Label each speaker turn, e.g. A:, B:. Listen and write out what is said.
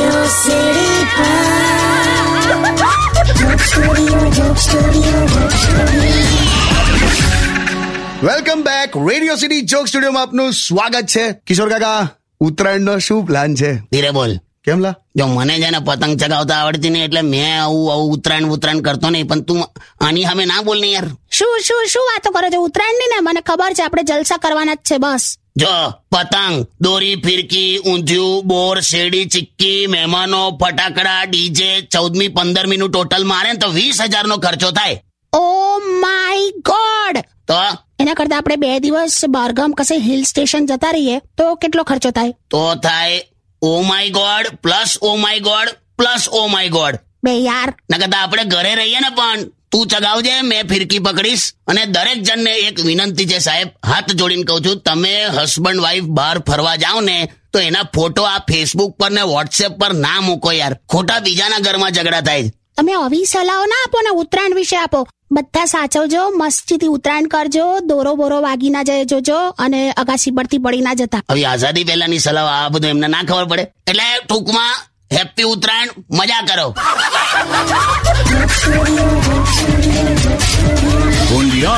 A: City Pod. Dope Studio, Dope Studio, Dope Studio.
B: Welcome back Radio City joke સ્ટુડિયોમાં આપનું સ્વાગત છે કિશોર કાકા ઉત્તરાયણનો શું પ્લાન છે
C: ધીરે બોલ
B: કેમ લા
C: જો મને છે ને પતંગ ચગાવતા આવડતી નહીં એટલે મેં આવું આવું ઉત્તરાયણ ઉત્તરાયણ કરતો નહીં પણ તું આની સામે ના બોલ ને યાર
D: શું શું શું વાતો કરો છો ઉત્તરાયણ ની ને મને ખબર છે આપણે જલસા કરવાના જ છે બસ
C: જો પતંગ દોરી ફિરકી ઊંધિયું બોર શેરડી ચીક્કી મહેમાનો ફટાકડા ડીજે ચૌદમી પંદરમી નું ટોટલ મારે ને તો વીસ હજાર નો ખર્ચો થાય
D: ઓ માય ગોડ
C: તો
D: Oh એના કરતા આપણે બે દિવસ બહારગામ કસે હિલ સ્ટેશન જતા રહીએ તો કેટલો ખર્ચો થાય
C: તો થાય oh oh my God plus oh my God plus oh my God
D: બે યાર
C: ના કરતા આપણે ઘરે રહીએ ને પણ તું ચગાવજે મેં ફિરકી પકડીશ અને દરેક જણને એક વિનંતી છે સાહેબ હાથ જોડીને કહું છું તમે હસબન્ડ વાઈફ બહાર ફરવા જાઓ ને તો એના ફોટો આ ફેસબુક પર ને વોટ્સએપ પર ના મૂકો યાર ખોટા બીજાના ઘરમાં ઝઘડા થાય
D: તમે આવી સલાહો ના આપો ને ઉત્તરાયણ વિશે આપો બધા સાચવજો મસ્તીથી ઉત્તરાયણ કરજો દોરો બોરો વાગી ના જાય જોજો અને અગાસી પરથી પડી ના જતા
C: હવે આઝાદી પહેલાની સલાહ આ બધું એમને ના ખબર પડે એટલે ટૂંકમાં હેપી ઉત્તરાયણ મજા કરો
A: Radio